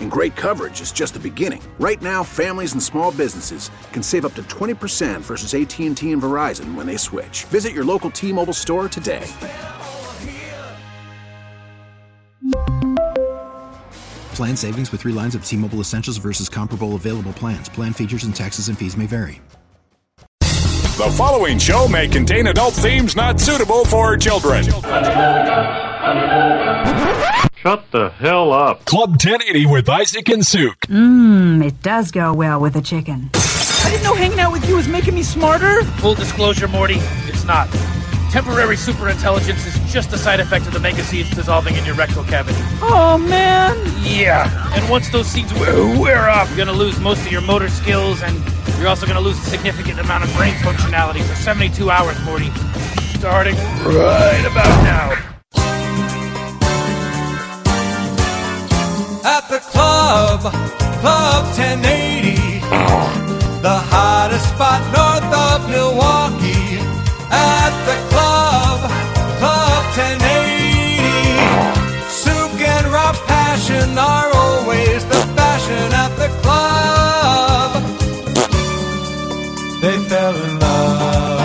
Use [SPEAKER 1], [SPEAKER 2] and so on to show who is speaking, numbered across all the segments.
[SPEAKER 1] And great coverage is just the beginning. Right now, families and small businesses can save up to 20% versus AT&T and Verizon when they switch. Visit your local T-Mobile store today.
[SPEAKER 2] Plan savings with three lines of T Mobile Essentials versus comparable available plans. Plan features and taxes and fees may vary.
[SPEAKER 3] The following show may contain adult themes not suitable for children.
[SPEAKER 4] Shut the hell up.
[SPEAKER 3] Club 1080 with Isaac and Suk.
[SPEAKER 5] Mmm, it does go well with a chicken.
[SPEAKER 6] I didn't know hanging out with you was making me smarter.
[SPEAKER 7] Full disclosure, Morty, it's not. Temporary superintelligence is just a side effect of the mega seeds dissolving in your rectal cavity.
[SPEAKER 6] Oh man.
[SPEAKER 7] Yeah. And once those seeds wear, wear off, you're gonna lose most of your motor skills, and you're also gonna lose a significant amount of brain functionality for 72 hours, Morty. Starting right about now.
[SPEAKER 8] at the club, Club 1080. The hottest spot north of Milwaukee. At the club, Club 1080. Souk and Rob Passion are always the fashion at the club. They fell in love.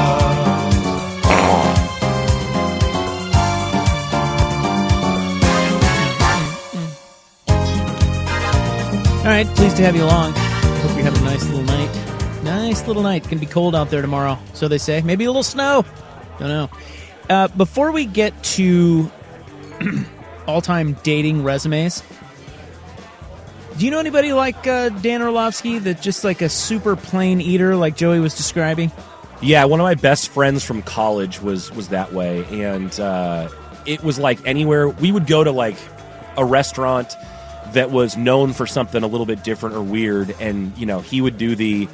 [SPEAKER 9] All right, pleased to have you along. Hope you're having a nice little night. Nice little night. Can be cold out there tomorrow, so they say. Maybe a little snow. Don't know. Uh, before we get to all-time dating resumes, do you know anybody like uh, Dan Orlovsky that just like a super plain eater, like Joey was describing?
[SPEAKER 10] Yeah, one of my best friends from college was was that way, and uh, it was like anywhere we would go to like a restaurant that was known for something a little bit different or weird, and you know he would do the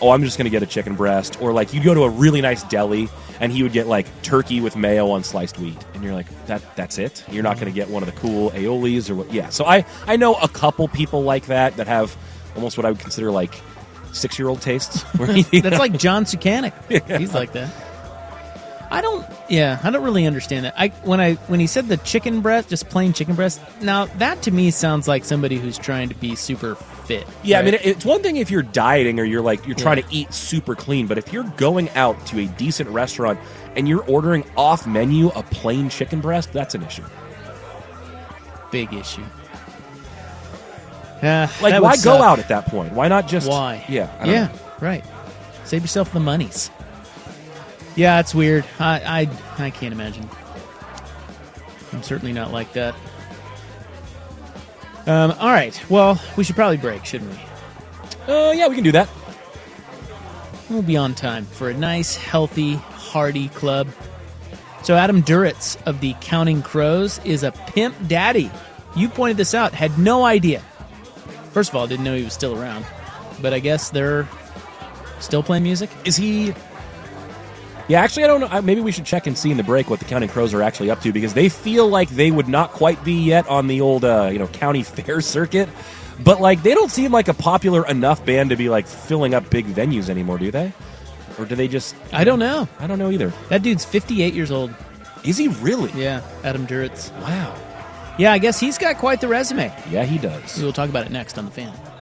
[SPEAKER 10] oh I'm just gonna get a chicken breast, or like you'd go to a really nice deli and he would get like turkey with mayo on sliced wheat, and you're like that that's it. You're not gonna get one of the cool aiolis or what? Yeah, so I I know a couple people like that that have almost what I would consider like six year old tastes. where, you
[SPEAKER 9] That's like John Sucanic. He's like that. I don't. Yeah, I don't really understand that. I when I when he said the chicken breast, just plain chicken breast. Now that to me sounds like somebody who's trying to be super fit.
[SPEAKER 10] Yeah, I
[SPEAKER 9] right?
[SPEAKER 10] mean, it's one thing if you're dieting or you're like you're trying to eat super clean, but if you're going out to a decent restaurant and you're ordering off menu a plain chicken breast, that's an issue.
[SPEAKER 9] big issue. Uh,
[SPEAKER 10] Like,
[SPEAKER 9] that
[SPEAKER 10] why
[SPEAKER 9] would
[SPEAKER 10] go
[SPEAKER 9] suck.
[SPEAKER 10] out at that point? Why not just
[SPEAKER 9] Why?
[SPEAKER 10] Yeah, I don't
[SPEAKER 9] yeah,
[SPEAKER 10] know.
[SPEAKER 9] right. Save yourself the monies. Yeah, it's weird. I I, I can't imagine. I'm certainly not like that. Um, all right. Well, we should probably break, shouldn't we?
[SPEAKER 10] Uh, yeah, we can do that.
[SPEAKER 9] We'll be on time for a nice, healthy, hearty club. So, Adam Duritz of the Counting Crows is a pimp daddy. You pointed this out, had no idea. First of all, didn't know he was still around, but I guess they're still playing music.
[SPEAKER 10] Is he? Yeah, actually, I don't know. I- Maybe we should check and see in the break what the Counting Crows are actually up to because they feel like they would not quite be yet on the old, uh, you know, county fair circuit. But like, they don't seem like a popular enough band to be like filling up big venues anymore, do they? Or do they just?
[SPEAKER 9] I don't know.
[SPEAKER 10] I don't know either.
[SPEAKER 9] That dude's 58 years old.
[SPEAKER 10] Is he really?
[SPEAKER 9] Yeah, Adam Duritz.
[SPEAKER 10] Wow.
[SPEAKER 9] Yeah, I guess he's got quite the resume.
[SPEAKER 10] Yeah, he
[SPEAKER 9] We
[SPEAKER 10] does.
[SPEAKER 9] will talk about it next on the fan.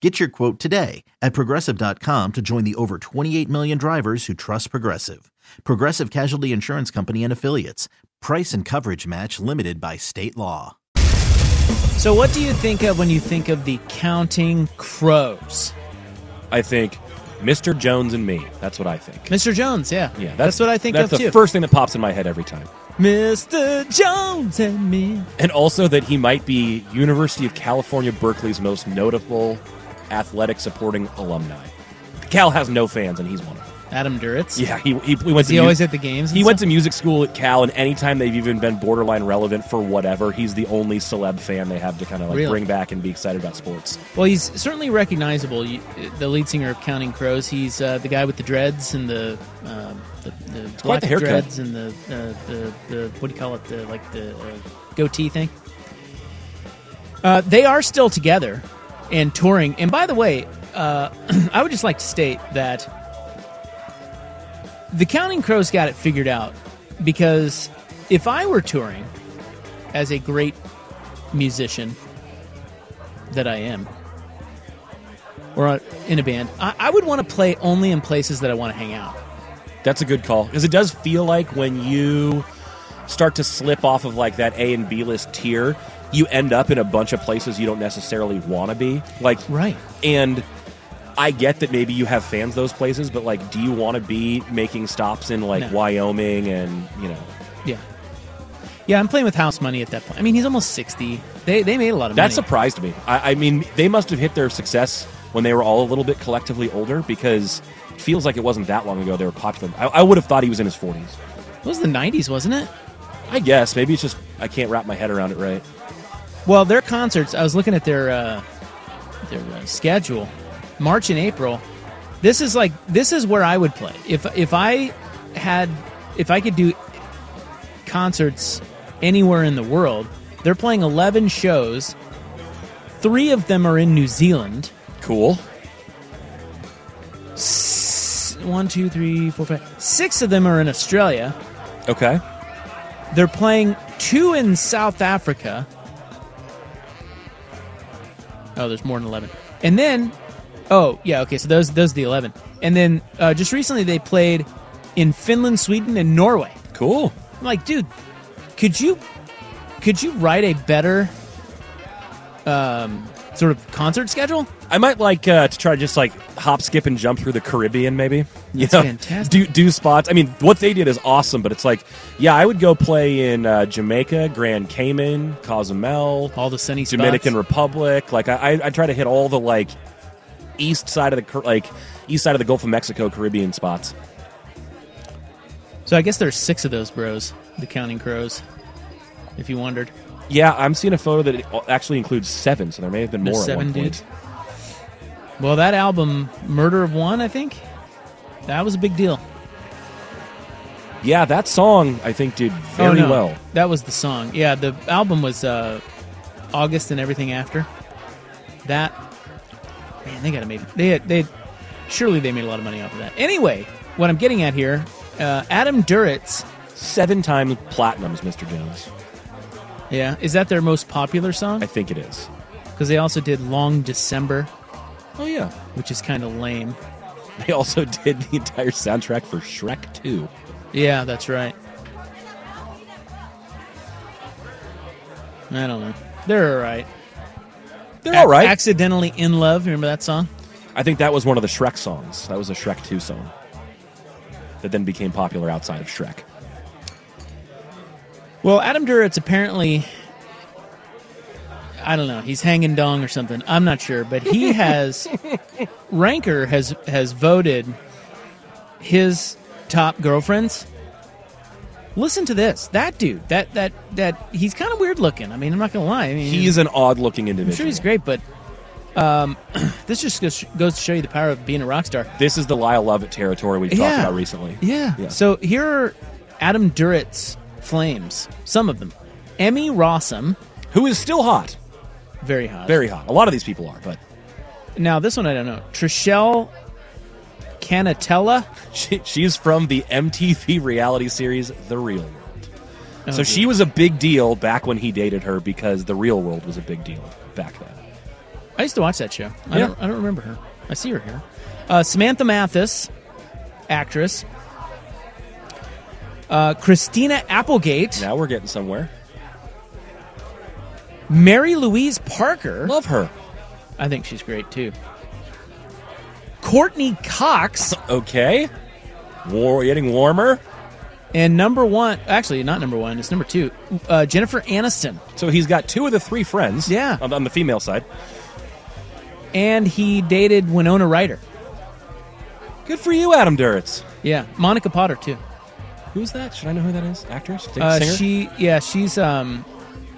[SPEAKER 11] Get your quote today at progressive.com to join the over 28 million drivers who trust Progressive. Progressive Casualty Insurance Company and Affiliates. Price and coverage match limited by state law.
[SPEAKER 9] So, what do you think of when you think of the Counting Crows?
[SPEAKER 10] I think Mr. Jones and me. That's what I think.
[SPEAKER 9] Mr. Jones, yeah.
[SPEAKER 10] Yeah,
[SPEAKER 9] that's, what I think
[SPEAKER 10] That's
[SPEAKER 9] of
[SPEAKER 10] the
[SPEAKER 9] too.
[SPEAKER 10] first thing that pops in my head every time.
[SPEAKER 9] Mr. Jones and me.
[SPEAKER 10] And also that he might be University of California Berkeley's most notable athletic supporting alumni. Cal has no fans, and he's one of them.
[SPEAKER 9] Adam Duritz.
[SPEAKER 10] Yeah, he, he, he went.
[SPEAKER 9] Is
[SPEAKER 10] to
[SPEAKER 9] he
[SPEAKER 10] mu-
[SPEAKER 9] always at the games? and
[SPEAKER 10] He went to
[SPEAKER 9] stuff?
[SPEAKER 10] music school at Cal, and anytime they've even been borderline relevant for whatever, he's the only celeb fan they have to kind of like
[SPEAKER 9] Really?
[SPEAKER 10] bring back and be excited about sports.
[SPEAKER 9] Well, he's certainly recognizable. You, the lead singer of Counting Crows. He's uh, the guy with the dreads and the um, the, the
[SPEAKER 10] quite
[SPEAKER 9] black
[SPEAKER 10] the haircut.
[SPEAKER 9] dreads and the, uh, the the what do you call it? The like the uh, goatee thing. Uh, they are still together and touring. And by the way, uh, I would just like to state that the Counting Crows got it figured out because if I were touring as a great musician that I am, or in a band, I, I would want to play only in places that I want to hang out.
[SPEAKER 10] That's a good call because it does feel like when you start to slip off of like that A and B list tier, you end up in a bunch of places you don't necessarily want to be. Like
[SPEAKER 9] right,
[SPEAKER 10] and I get that maybe you have fans those places, but like, do you want to be making stops in like
[SPEAKER 9] No.
[SPEAKER 10] Wyoming and you know?
[SPEAKER 9] Yeah, yeah. I'm playing with house money at that point. I mean, he's almost sixty. They they made a lot of
[SPEAKER 10] That
[SPEAKER 9] money.
[SPEAKER 10] surprised me. I, I mean, they must have hit their success when they were all a little bit collectively older because it feels like it wasn't that long ago they were popular. I, I would have thought he was in his 40s.
[SPEAKER 9] It was the '90s, wasn't it?
[SPEAKER 10] I guess. Maybe it's just I can't wrap my head around it right.
[SPEAKER 9] Well, their concerts. I was looking at their uh, their uh, schedule, March and April. This is like this is where I would play if if I had if I could do concerts anywhere in the world. They're playing eleven shows. Three of them are in New Zealand.
[SPEAKER 10] Cool.
[SPEAKER 9] One, two, three, four, five. Six of them are in Australia.
[SPEAKER 10] Okay.
[SPEAKER 9] They're playing two in South Africa. Oh, there's more than eleven. And then, oh yeah, okay. So those those are the eleven. And then uh, just recently they played in Finland, Sweden, and Norway.
[SPEAKER 10] Cool.
[SPEAKER 9] I'm like, dude, could you could you write a better um, sort of concert schedule?
[SPEAKER 10] I might like uh, to try to just like hop, skip, and jump through the Caribbean, maybe. You
[SPEAKER 9] That's fantastic.
[SPEAKER 10] Do do spots. I mean, what they did is awesome, but it's like, yeah, I would go play in uh, Jamaica, Grand Cayman, Cozumel,
[SPEAKER 9] all the sunny
[SPEAKER 10] Dominican Republic. Like, I I, I try to hit all the like east side of the Car- like east side of the Gulf of Mexico Caribbean spots.
[SPEAKER 9] So I guess there's six of those bros, the Counting Crows. If you wondered,
[SPEAKER 10] Yeah, I'm seeing a photo that it actually includes seven, so there may have been
[SPEAKER 9] There's
[SPEAKER 10] more at
[SPEAKER 9] seven
[SPEAKER 10] one point.
[SPEAKER 9] dudes. Well, that album, Murder of One, I think, that was a big deal.
[SPEAKER 10] Yeah, that song I think did
[SPEAKER 9] Oh,
[SPEAKER 10] very
[SPEAKER 9] no.
[SPEAKER 10] well.
[SPEAKER 9] That was the song. Yeah, the album was uh, August and everything after. That man, they got to make they had, they surely they made a lot of money off of that. Anyway, what I'm getting at here, uh, Adam Duritz.
[SPEAKER 10] Seven times platinums, Mr. Jones.
[SPEAKER 9] Yeah, is that their most popular song?
[SPEAKER 10] I think it is.
[SPEAKER 9] Because they also did Long December.
[SPEAKER 10] Oh yeah.
[SPEAKER 9] which is kind of lame.
[SPEAKER 10] They also did the entire soundtrack for Shrek 2.
[SPEAKER 9] Yeah, that's right. I don't know. They're all right.
[SPEAKER 10] They're all right.
[SPEAKER 9] Accidentally in love. Remember that song?
[SPEAKER 10] I think that was one of the Shrek songs. That was a Shrek 2 song that then became popular outside of Shrek.
[SPEAKER 9] Well, Adam Duritz apparently, I don't know, he's hanging dong or something. I'm not sure, but he has Ranker has has voted his top girlfriends. Listen to this. That dude, that that that he's kind of weird looking. I mean, I'm not gonna lie. I mean,
[SPEAKER 10] He is an odd looking
[SPEAKER 9] I'm sure
[SPEAKER 10] individual.
[SPEAKER 9] he's great, but um, this just goes, goes to show you the power of being a rock star.
[SPEAKER 10] This is the Lyle Lovett territory we've
[SPEAKER 9] Yeah.
[SPEAKER 10] talked about recently.
[SPEAKER 9] Yeah. So here are Adam Duritz flames. Some of them. Emmy Rossum,
[SPEAKER 10] who is still hot,
[SPEAKER 9] very hot,
[SPEAKER 10] Very hot. A lot of these people are, but
[SPEAKER 9] Now this one I don't know. Trishelle Canatella.
[SPEAKER 10] she, she's from the MTV reality series The Real World.
[SPEAKER 9] Oh,
[SPEAKER 10] so
[SPEAKER 9] dear.
[SPEAKER 10] she was a big deal back when he dated her because The Real World was a big deal back then.
[SPEAKER 9] I used to watch that show. I,
[SPEAKER 10] Yeah.
[SPEAKER 9] don't, I don't remember her. I see her here. Uh, Samantha Mathis, actress. Uh, Christina Applegate.
[SPEAKER 10] Now we're getting somewhere.
[SPEAKER 9] Mary Louise Parker.
[SPEAKER 10] Love her.
[SPEAKER 9] I think she's great too. Courtney Cox.
[SPEAKER 10] Okay. War getting warmer.
[SPEAKER 9] And number one, actually not number one, it's number two. Uh, Jennifer Aniston.
[SPEAKER 10] So he's got two of the three friends.
[SPEAKER 9] Yeah.
[SPEAKER 10] On, on the female side.
[SPEAKER 9] And he dated Winona Ryder.
[SPEAKER 10] Good for you, Adam Duritz.
[SPEAKER 9] Yeah. Monica Potter too.
[SPEAKER 10] Who's that? Should I know who that is? Actress? Singer?
[SPEAKER 9] Uh, she yeah she's um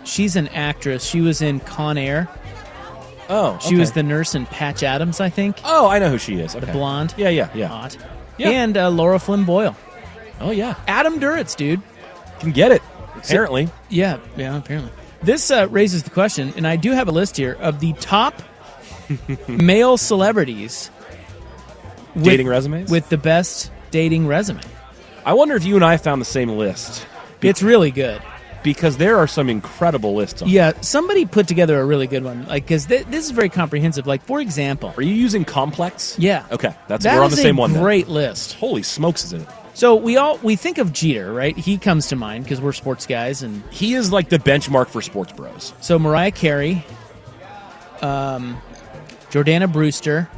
[SPEAKER 9] she's an actress. She was in Con Air.
[SPEAKER 10] Oh,
[SPEAKER 9] She was
[SPEAKER 10] okay.
[SPEAKER 9] the nurse in Patch Adams, I think.
[SPEAKER 10] Oh, I know who she is. Okay.
[SPEAKER 9] The blonde.
[SPEAKER 10] Yeah, yeah, yeah.
[SPEAKER 9] Hot.
[SPEAKER 10] Yeah.
[SPEAKER 9] And uh, Laura Flynn Boyle.
[SPEAKER 10] Oh yeah.
[SPEAKER 9] Adam Duritz, dude.
[SPEAKER 10] Can get it. Apparently.
[SPEAKER 9] Yeah, yeah, apparently. This uh, raises the question, and I do have a list here of the top male celebrities with-
[SPEAKER 10] Dating resumes?
[SPEAKER 9] with the best dating resume.
[SPEAKER 10] I wonder if you and I found the same list.
[SPEAKER 9] It's really good.
[SPEAKER 10] Because there are some incredible lists on
[SPEAKER 9] Yeah, somebody put together a really good one, like because th- this is very comprehensive. Like for example,
[SPEAKER 10] are you using complex?
[SPEAKER 9] Yeah.
[SPEAKER 10] Okay, that's
[SPEAKER 9] That
[SPEAKER 10] we're on
[SPEAKER 9] is
[SPEAKER 10] the
[SPEAKER 9] a
[SPEAKER 10] same one. then.
[SPEAKER 9] Great list.
[SPEAKER 10] Holy smokes, is it?
[SPEAKER 9] So we all we think of Jeter, right? He comes to mind because we're sports guys, and
[SPEAKER 10] He is like the benchmark for sports bros.
[SPEAKER 9] so Mariah Carey, um, Jordana Brewster,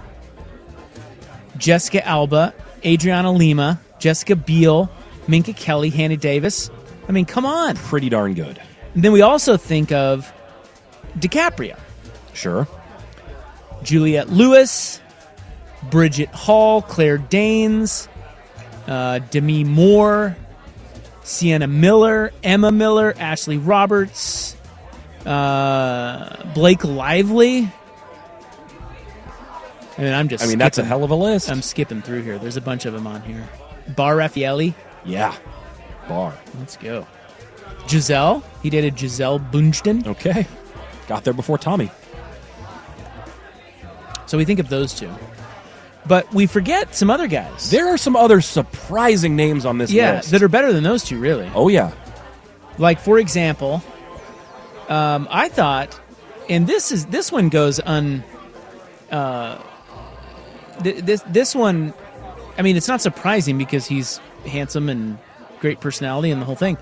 [SPEAKER 9] Jessica Alba, Adriana Lima, Jessica Biel, Minka Kelly, Hannah Davis. I mean, come on.
[SPEAKER 10] Pretty darn good.
[SPEAKER 9] And then we also think of DiCaprio,
[SPEAKER 10] Sure.
[SPEAKER 9] Juliette Lewis, Bridget Hall, Claire Danes, uh, Demi Moore, Sienna Miller, Emma Miller, Ashley Roberts, uh, Blake Lively. I mean, I'm just.
[SPEAKER 10] I mean, that's a
[SPEAKER 9] skipping-
[SPEAKER 10] hell of a list.
[SPEAKER 9] I'm skipping through here. There's a bunch of them on here. Bar Raffaelli.
[SPEAKER 10] Yeah. Bar.
[SPEAKER 9] Let's go. Giselle. He dated Giselle Bundchen.
[SPEAKER 10] Okay. Got there before Tommy.
[SPEAKER 9] So we think of those two. But we forget some other guys.
[SPEAKER 10] There are some other surprising names on this
[SPEAKER 9] yeah,
[SPEAKER 10] list.
[SPEAKER 9] that are better than those two, really.
[SPEAKER 10] oh yeah.
[SPEAKER 9] Like for example, um, I thought, and this is this one goes un. Uh, th- this this one, I mean, it's not surprising because he's handsome and great personality and the whole thing.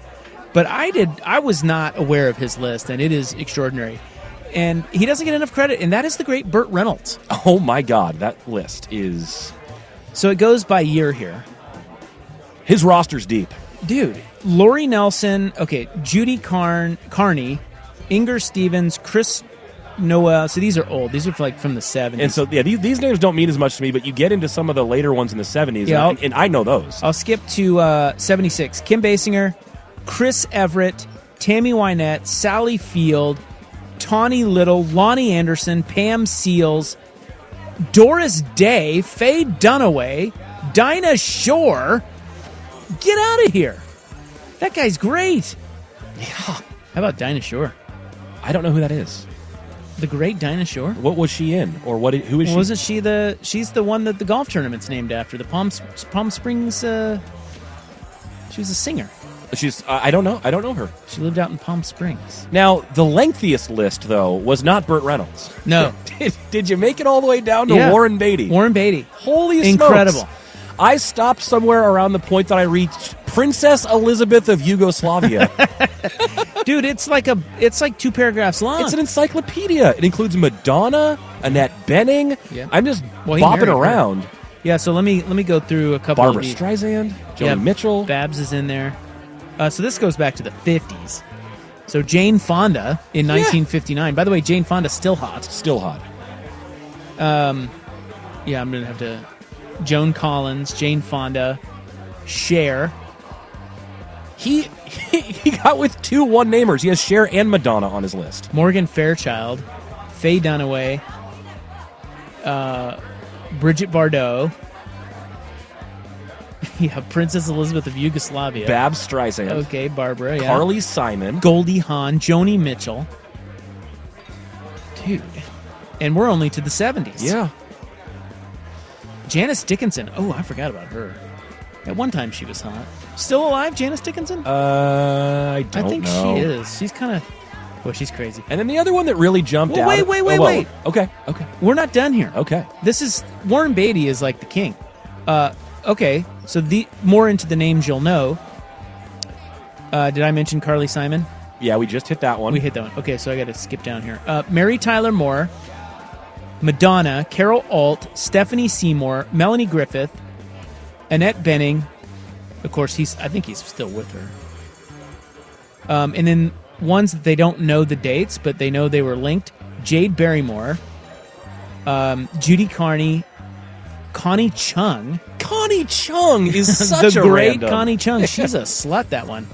[SPEAKER 9] But I did I was not aware of his list, and it is extraordinary. And he doesn't get enough credit, and that is the great Burt Reynolds.
[SPEAKER 10] Oh my god, that list is
[SPEAKER 9] So it goes by year here.
[SPEAKER 10] his roster's deep.
[SPEAKER 9] dude Lori Nelson okay Judy Carn Carney Inger Stevens Chris Noah so these are old these are like from the 70s
[SPEAKER 10] And so yeah, these, these names don't mean as much to me, but you get into some of the later ones in the 70s
[SPEAKER 9] Yeah,
[SPEAKER 10] and,
[SPEAKER 9] I'll-
[SPEAKER 10] and I know those.
[SPEAKER 9] I'll skip to uh, 76 Kim Basinger Chris Everett Tammy Wynette Sally Field Tawny Little Lonnie Anderson Pam Seals Doris Day Faye Dunaway Dinah Shore get out of here that guy's great
[SPEAKER 10] Yeah.
[SPEAKER 9] how about Dinah Shore
[SPEAKER 10] I don't know who that is.
[SPEAKER 9] the great Dinah Shore
[SPEAKER 10] What was she in, or what? Who is
[SPEAKER 9] Well,
[SPEAKER 10] she?
[SPEAKER 9] wasn't she the? She's the one that the golf tournament's named after. The Palm Sp- Palm Springs. Uh, she was a singer.
[SPEAKER 10] She's. I I don't know. I don't know her.
[SPEAKER 9] She lived out in Palm Springs.
[SPEAKER 10] Now, the lengthiest list though was not Burt Reynolds.
[SPEAKER 9] No.
[SPEAKER 10] did, did you make it all the way down to
[SPEAKER 9] Yeah.
[SPEAKER 10] Oh, Warren Beatty?
[SPEAKER 9] Warren Beatty.
[SPEAKER 10] Holy smokes.
[SPEAKER 9] Incredible.
[SPEAKER 10] I stopped somewhere around the point that I reached Princess Elizabeth of Yugoslavia.
[SPEAKER 9] dude. It's like a it's like two paragraphs long.
[SPEAKER 10] It's an encyclopedia. It includes Madonna, Annette Benning.
[SPEAKER 9] Yeah.
[SPEAKER 10] I'm just
[SPEAKER 9] Well, he
[SPEAKER 10] bopping
[SPEAKER 9] married her.
[SPEAKER 10] around.
[SPEAKER 9] Yeah, so let me let me go through a couple.
[SPEAKER 10] Barbara
[SPEAKER 9] of these.
[SPEAKER 10] Streisand, Joni Mitchell.
[SPEAKER 9] Babs is in there. Uh, so this goes back to the fifties. So Jane Fonda in 1959. By the way, Jane Fonda still hot.
[SPEAKER 10] Still hot.
[SPEAKER 9] Um, yeah, I'm gonna have to. Joan Collins, Jane Fonda, Cher.
[SPEAKER 10] He he got with two one namers. He has Cher and Madonna on his list.
[SPEAKER 9] Morgan Fairchild, Faye Dunaway, uh, Bridget Bardot, yeah, Princess Elizabeth of Yugoslavia,
[SPEAKER 10] Babs Streisand,
[SPEAKER 9] okay, Barbara, yeah.
[SPEAKER 10] Carly Simon.
[SPEAKER 9] Goldie Hawn, Joni Mitchell, dude, and we're only to the seventies.
[SPEAKER 10] Yeah.
[SPEAKER 9] Janice Dickinson. Oh, I forgot about her. At one time, she was hot. Still alive, Janice Dickinson?
[SPEAKER 10] Uh, I don't
[SPEAKER 9] I think
[SPEAKER 10] know.
[SPEAKER 9] she is. She's kind of. Well, she's crazy.
[SPEAKER 10] And then the other one that really jumped
[SPEAKER 9] Well,
[SPEAKER 10] out.
[SPEAKER 9] wait, wait, wait,
[SPEAKER 10] well,
[SPEAKER 9] wait.
[SPEAKER 10] Okay, okay.
[SPEAKER 9] We're not done here.
[SPEAKER 10] Okay.
[SPEAKER 9] This is Warren Beatty is like the king. Uh, okay, so the more into the names you'll know. Uh, did I mention Carly Simon?
[SPEAKER 10] Yeah, we just hit that one.
[SPEAKER 9] We hit that one. Okay, so I got to skip down here. Uh, Mary Tyler Moore, Madonna, Carol Alt, Stephanie Seymour, Melanie Griffith, Annette Benning. Of course, he's. I think he's still with her. Um, and then ones that they don't know the dates, but they know they were linked: Jade Barrymore, um, Judy Carney, Connie Chung.
[SPEAKER 10] Connie Chung is such
[SPEAKER 9] the
[SPEAKER 10] a
[SPEAKER 9] great
[SPEAKER 10] random.
[SPEAKER 9] Connie Chung. She's a slut. That one.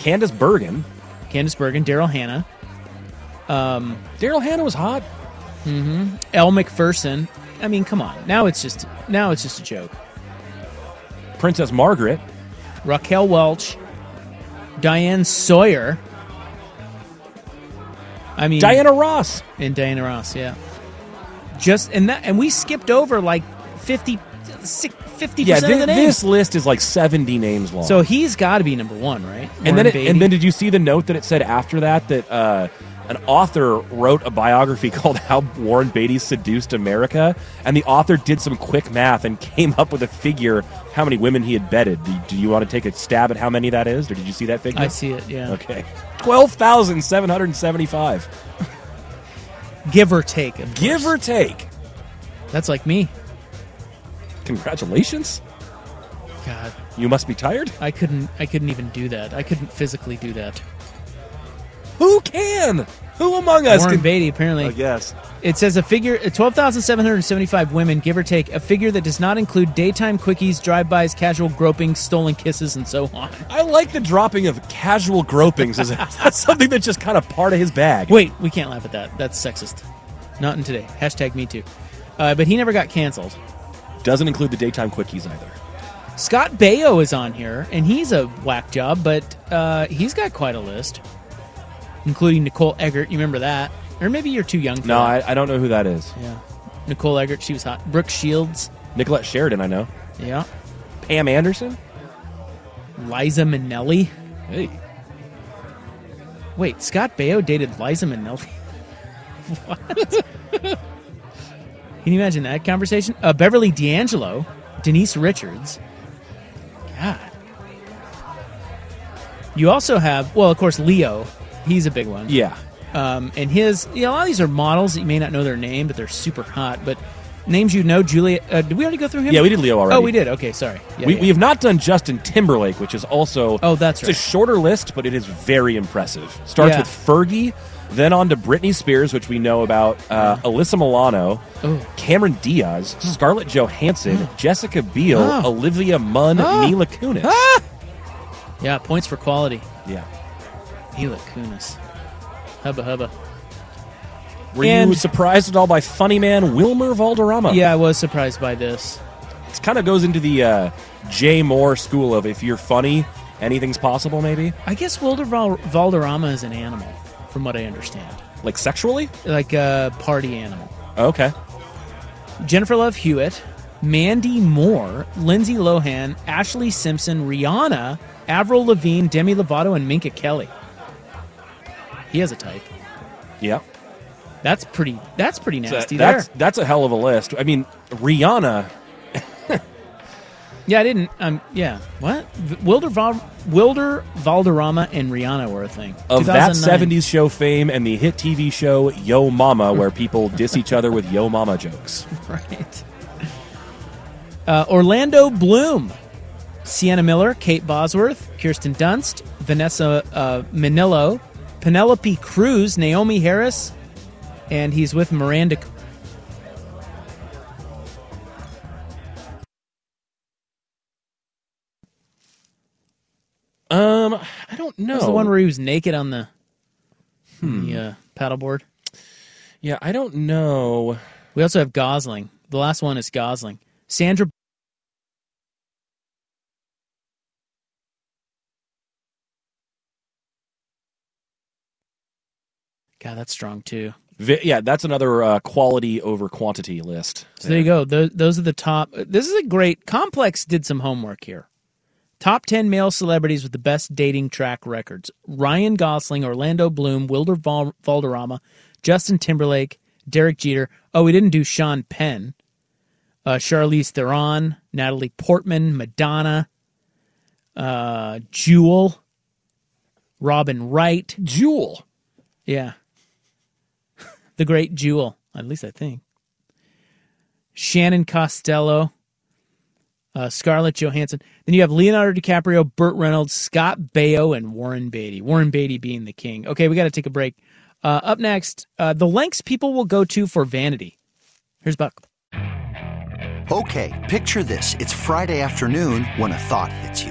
[SPEAKER 10] Candace Bergen.
[SPEAKER 9] Candace Bergen, Daryl Hannah, um,
[SPEAKER 10] Daryl Hannah was hot.
[SPEAKER 9] hmm L. McPherson. I mean, come on. Now it's just now it's just a joke.
[SPEAKER 10] Princess Margaret.
[SPEAKER 9] Raquel Welch, Diane Sawyer. I mean,
[SPEAKER 10] Diana Ross.
[SPEAKER 9] and Diana Ross. Yeah, just and that and we skipped over like 50 50
[SPEAKER 10] Yeah,
[SPEAKER 9] percent of
[SPEAKER 10] thi-
[SPEAKER 9] the names.
[SPEAKER 10] this list is like 70 names long.
[SPEAKER 9] so he's got to be number one, right?
[SPEAKER 10] and then
[SPEAKER 9] Warren
[SPEAKER 10] it,
[SPEAKER 9] Beatty.
[SPEAKER 10] and then did you see the note that it said after that that uh, an author wrote a biography called How Warren Beatty Seduced America and the author did some quick math and came up with a figure of how many women he had bedded. Do, do you want to take a stab at how many that is or did you see that figure?
[SPEAKER 9] I see it. Yeah,
[SPEAKER 10] Okay. 12,775.
[SPEAKER 9] give or take, of
[SPEAKER 10] Give or
[SPEAKER 9] course.
[SPEAKER 10] take.
[SPEAKER 9] That's like me.
[SPEAKER 10] Congratulations.
[SPEAKER 9] God,
[SPEAKER 10] You must be tired.
[SPEAKER 9] I couldn't. I couldn't even do that. I couldn't physically do that.
[SPEAKER 10] Who can? Who among us
[SPEAKER 9] Warren
[SPEAKER 10] can
[SPEAKER 9] Beatty, apparently.
[SPEAKER 10] I guess.
[SPEAKER 9] It says a figure, uh, 12,775 women, give or take, a figure that does not include daytime quickies, drive-bys, casual groping, stolen kisses, and so on.
[SPEAKER 10] I like the dropping of casual gropings. Is that's something that's just kind of part of his bag?
[SPEAKER 9] Wait, we can't laugh at that. That's sexist. Not in today. Hashtag me too. Uh, but he never got canceled.
[SPEAKER 10] Doesn't include the daytime quickies either.
[SPEAKER 9] Scott Baio is on here, and he's a whack job, but uh, he's got quite a list, including Nicole Eggert. You remember that? Or maybe you're too young for
[SPEAKER 10] No,
[SPEAKER 9] that.
[SPEAKER 10] I, I don't know who that is.
[SPEAKER 9] yeah. Nicole Eggert, she was hot. Brooke Shields.
[SPEAKER 10] Nicolette Sheridan, I know.
[SPEAKER 9] Yeah.
[SPEAKER 10] Pam Anderson.
[SPEAKER 9] Liza Minnelli.
[SPEAKER 10] Hey,
[SPEAKER 9] Wait, Scott Baio dated Liza Minnelli? what? Can you imagine that conversation? Uh, Beverly D'Angelo, Denise Richards. God. You also have, well, of course, Leo. He's a big one.
[SPEAKER 10] yeah,
[SPEAKER 9] Um, and his, yeah, a lot of these are models that you may not know their name, but they're super hot. But names you know, Juliet. Uh, did we already go through him?
[SPEAKER 10] yeah. We did Leo already.
[SPEAKER 9] Oh, we did. Okay, sorry. Yeah,
[SPEAKER 10] we,
[SPEAKER 9] yeah.
[SPEAKER 10] we have not done Justin Timberlake, which is also
[SPEAKER 9] Oh, that's
[SPEAKER 10] it's
[SPEAKER 9] right.
[SPEAKER 10] a shorter list, but it is very impressive. Starts
[SPEAKER 9] Yeah.
[SPEAKER 10] with Fergie, then on to Britney Spears, which we know about,
[SPEAKER 9] Mm.
[SPEAKER 10] uh, Alyssa Milano,
[SPEAKER 9] Oh.
[SPEAKER 10] Cameron Diaz, Scarlett Johansson, Jessica Biel,
[SPEAKER 9] Oh.
[SPEAKER 10] Olivia Munn,
[SPEAKER 9] Oh.
[SPEAKER 10] Mila Kunis.
[SPEAKER 9] Ah! Yeah, points for quality.
[SPEAKER 10] Yeah.
[SPEAKER 9] Mila Kunis. Hubba hubba.
[SPEAKER 10] Were you
[SPEAKER 9] And-
[SPEAKER 10] surprised at all by funny man Wilmer Valderrama?
[SPEAKER 9] Yeah, I was surprised by this.
[SPEAKER 10] It kind of goes into the uh, Jay Moore school of if you're funny, anything's possible, maybe?
[SPEAKER 9] I guess Wilder Val- Valderrama is an animal, from what I understand,
[SPEAKER 10] Like sexually?
[SPEAKER 9] like a party animal.
[SPEAKER 10] Okay.
[SPEAKER 9] Jennifer Love Hewitt, Mandy Moore, Lindsay Lohan, Ashley Simpson, Rihanna, Avril Lavigne, Demi Lovato, and Minka Kelly. He has a type.
[SPEAKER 10] Yeah.
[SPEAKER 9] That's pretty. That's pretty
[SPEAKER 10] So
[SPEAKER 9] nasty.
[SPEAKER 10] that's
[SPEAKER 9] there.
[SPEAKER 10] that's a hell of a list. I mean, Rihanna.
[SPEAKER 9] Yeah, I didn't. Um, yeah, what? V- Wilder, Val- Wilder Valderrama and Rihanna were a thing.
[SPEAKER 10] Of that
[SPEAKER 9] 2009.
[SPEAKER 10] 70s show fame and the hit TV show Yo Mama, where people diss each other with Yo Mama jokes.
[SPEAKER 9] Right. Uh, Orlando Bloom, Sienna Miller, Kate Bosworth, Kirsten Dunst, Vanessa uh, Manillo, Penelope Cruz, Naomi Harris, and he's with Miranda.
[SPEAKER 10] Um, I don't know.
[SPEAKER 9] That's the one where he was naked on the,
[SPEAKER 12] Hmm.
[SPEAKER 9] on the uh, paddleboard.
[SPEAKER 10] Mm-hmm. Yeah, I don't know.
[SPEAKER 9] We also have Gosling. The last one is Gosling. Sandra God, that's strong too.
[SPEAKER 10] Vi- yeah, that's another uh, quality over quantity list.
[SPEAKER 9] So there you go. Those, those are the top. This is a great. Complex did some homework here. Top 10 male celebrities with the best dating track records Ryan Gosling, Orlando Bloom, Wilder Val- Valderrama, Justin Timberlake, Derek Jeter. Oh, we didn't do Sean Penn, uh, Charlize Theron, Natalie Portman, Madonna, uh, Jewel, Robin Wright.
[SPEAKER 10] Jewel.
[SPEAKER 9] Yeah. the great Jewel, at least I think. Shannon Costello, uh, Scarlett Johansson. Then you have Leonardo DiCaprio, Burt Reynolds, Scott Baio, and Warren Beatty. Warren Beatty being the king. Okay, we got to take a break. Uh, up next, uh, the lengths people will go to for vanity. Here's Buck.
[SPEAKER 13] Okay, picture this. It's Friday afternoon when a thought hits you.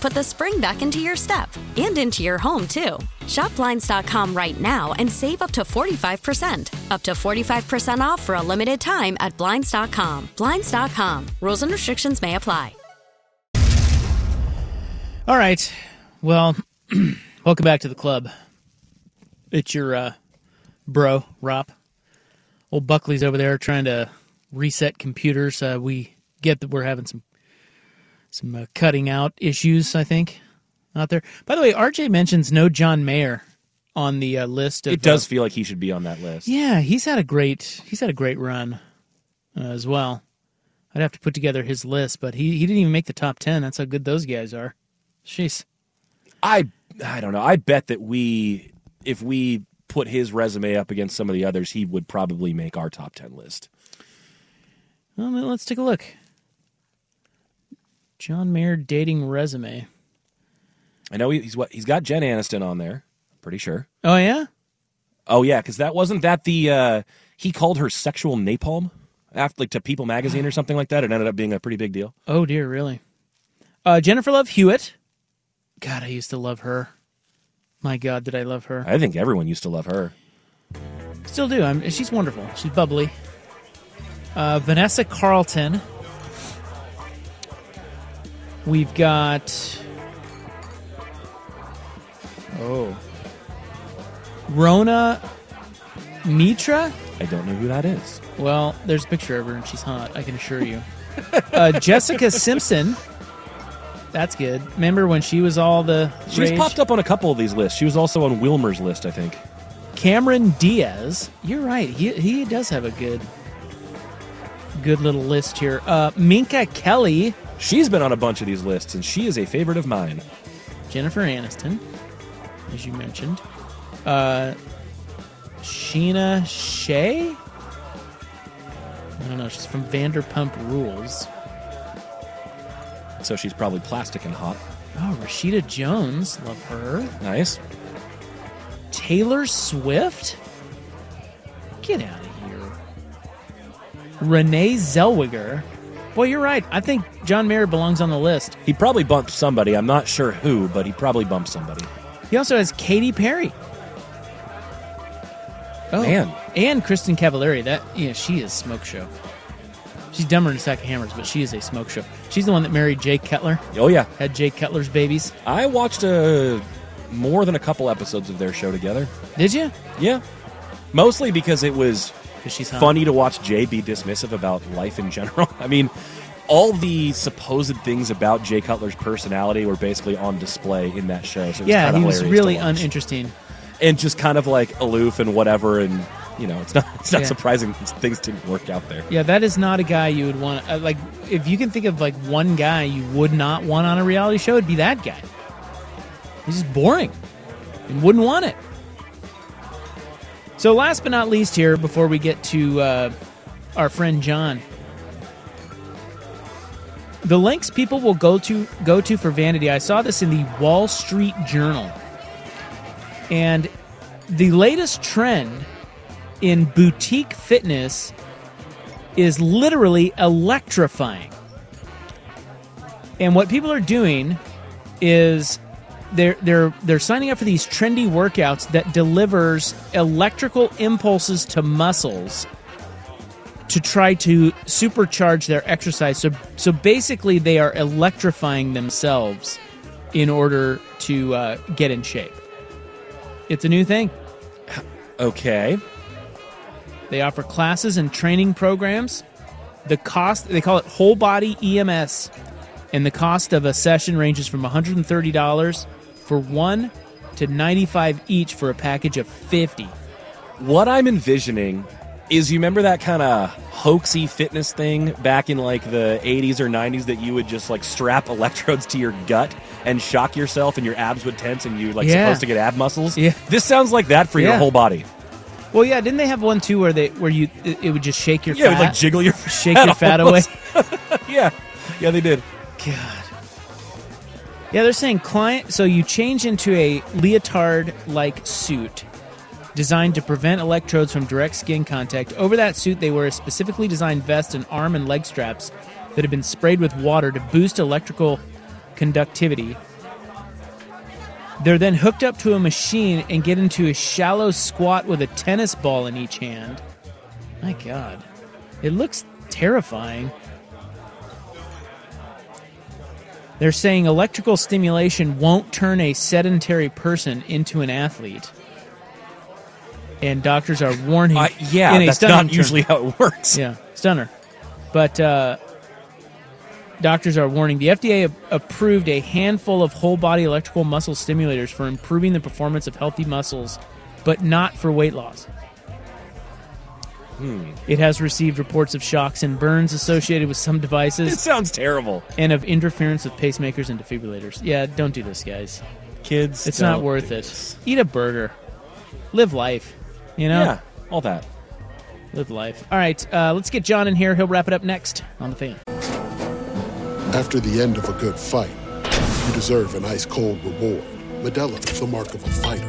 [SPEAKER 14] put the spring back into your step and into your home, too. Shop Blinds.com right now and save up to 45%. Up to 45% off for a limited time at Blinds.com. Blinds.com. Rules and restrictions may apply.
[SPEAKER 9] All right. Well, welcome back to the club. It's your uh, bro, Rop. Old Buckley's over there trying to reset computers. Uh, we get that we're having some some uh, cutting out issues. I think out there. By the way, RJ mentions no John Mayer on the uh, list. Of,
[SPEAKER 10] It does
[SPEAKER 9] uh,
[SPEAKER 10] feel like he should be on that list.
[SPEAKER 9] yeah, he's had a great he's had a great run uh, as well. I'd have to put together his list, but he, he didn't even make the top ten. That's how good those guys are. Jeez.
[SPEAKER 10] I I don't know. I bet that we if we put his resume up against some of the others, he would probably make our top 10 list.
[SPEAKER 9] Well, then let's take a look. John Mayer dating resume.
[SPEAKER 10] I know he- he's what he's got Jen Aniston on there, pretty sure.
[SPEAKER 9] Oh yeah,
[SPEAKER 10] Oh yeah, cuz that wasn't that the uh he called her sexual napalm after like to People magazine or something like that. It ended up being a pretty big deal.
[SPEAKER 9] Oh dear, really? Uh, Jennifer Love Hewitt. God, I used to love her. My God, did I love her?
[SPEAKER 10] I think everyone used to love her.
[SPEAKER 9] Still do. I'm, she's wonderful. She's bubbly. Uh, Vanessa Carlton. We've got Oh. Rona Mitra?
[SPEAKER 10] I don't know who that is.
[SPEAKER 9] Well, there's a picture of her and she's hot, I can assure you. uh, Jessica Simpson. That's good. Remember when she was all the.
[SPEAKER 10] She's
[SPEAKER 9] rage?
[SPEAKER 10] popped up on a couple of these lists. She was also on Wilmer's list, I think.
[SPEAKER 9] Cameron Diaz. You're right. He, he does have a good good little list here. Uh, Minka Kelly.
[SPEAKER 10] She's been on a bunch of these lists, and she is a favorite of mine.
[SPEAKER 9] Jennifer Aniston, as you mentioned. Uh, Sheena Shea. I don't know. She's from Vanderpump Rules.
[SPEAKER 10] So she's probably plastic and hot.
[SPEAKER 9] Oh, Rashida Jones. Love her.
[SPEAKER 10] Nice.
[SPEAKER 9] Taylor Swift? Get out of here. Renee Zellweger. Boy, you're right. I think John Mayer belongs on the list.
[SPEAKER 10] He probably bumped somebody. I'm not sure who, but he probably bumped somebody.
[SPEAKER 9] He also has Katy Perry. Oh,
[SPEAKER 10] Man.
[SPEAKER 9] and Kristen Cavallari. That yeah, she is smoke show. She's dumber than a sack of hammers, but she is a smoke show. She's the one that married Jay Cutler.
[SPEAKER 10] Oh, yeah.
[SPEAKER 9] Had Jay Cutler's babies.
[SPEAKER 10] I watched uh, more than a couple episodes of their show together.
[SPEAKER 9] Did you?
[SPEAKER 10] Yeah. Mostly because it was
[SPEAKER 9] she's hot.
[SPEAKER 10] funny to watch Jay be dismissive about life in general. I mean, all the supposed things about Jay Cutler's personality were basically on display in that show. So it was
[SPEAKER 9] yeah,
[SPEAKER 10] kinda
[SPEAKER 9] he was
[SPEAKER 10] hilarious to
[SPEAKER 9] really
[SPEAKER 10] watch.
[SPEAKER 9] uninteresting.
[SPEAKER 10] and just kind of like aloof and whatever. And you know, it's not it's not
[SPEAKER 9] Yeah.
[SPEAKER 10] surprising things didn't work out there.
[SPEAKER 9] Yeah, that is not a guy you would want. Uh, like, if you can think of like one guy you would not want on a reality show, it'd be that guy. He's just boring and wouldn't want it. So, last but not least, here before we get to uh, our friend John, the lengths people will go to go to for vanity. I saw this in the Wall Street Journal, and the latest trend in boutique fitness is literally electrifying. And what people are doing is they're they're they're signing up for these trendy workouts that delivers electrical impulses to muscles to try to supercharge their exercise. So so basically they are electrifying themselves in order to uh, get in shape. It's a new thing.
[SPEAKER 10] Okay,
[SPEAKER 9] They offer classes and training programs. The cost, they call it whole body EMS, and the cost of a session ranges from $130 for one to 95 each for a package of 50.
[SPEAKER 10] what I'm envisioning is you remember that kind of hoaxy fitness thing back in like the 80s or 90s that you would just like strap electrodes to your gut and shock yourself and your abs would tense and you like
[SPEAKER 9] Yeah.
[SPEAKER 10] supposed to get ab muscles.
[SPEAKER 9] Yeah.
[SPEAKER 10] This sounds like that for
[SPEAKER 9] Yeah.
[SPEAKER 10] your whole body.
[SPEAKER 9] Well, yeah, didn't they have one too where they where you it, it would just shake your
[SPEAKER 10] yeah, it
[SPEAKER 9] fat,
[SPEAKER 10] would like jiggle your
[SPEAKER 9] shake your fat away?
[SPEAKER 10] almost. yeah. Yeah, they did.
[SPEAKER 9] God. Yeah, they're saying client. So you change into a leotard like suit designed to prevent electrodes from direct skin contact. Over that suit, they wear a specifically designed vest and arm and leg straps that have been sprayed with water to boost electrical conductivity. They're then hooked up to a machine and get into a shallow squat with a tennis ball in each hand. My God. It looks terrifying. They're saying electrical stimulation won't turn a sedentary person into an athlete. And doctors are warning.
[SPEAKER 10] Uh, yeah,
[SPEAKER 9] in a
[SPEAKER 10] that's
[SPEAKER 9] stunning
[SPEAKER 10] not
[SPEAKER 9] term.
[SPEAKER 10] usually how it works.
[SPEAKER 9] Yeah, stunner. But uh, doctors are warning. The FDA a- approved a handful of whole body electrical muscle stimulators for improving the performance of healthy muscles, but not for weight loss.
[SPEAKER 10] Hmm.
[SPEAKER 9] It has received reports of shocks and burns associated with some
[SPEAKER 10] It
[SPEAKER 9] devices
[SPEAKER 10] sounds terrible.
[SPEAKER 9] and of interference with pacemakers and defibrillators. Yeah, don't do this, guys.
[SPEAKER 10] Kids,
[SPEAKER 9] It's not
[SPEAKER 10] don't
[SPEAKER 9] worth
[SPEAKER 10] do
[SPEAKER 9] it. Eat a burger. Live life. You know?
[SPEAKER 10] Yeah, all that.
[SPEAKER 9] Live life. All right, uh, let's get John in here. He'll wrap it up next on the fan.
[SPEAKER 15] After the end of a good fight, you deserve an ice cold reward. Medella is the mark of a fighter.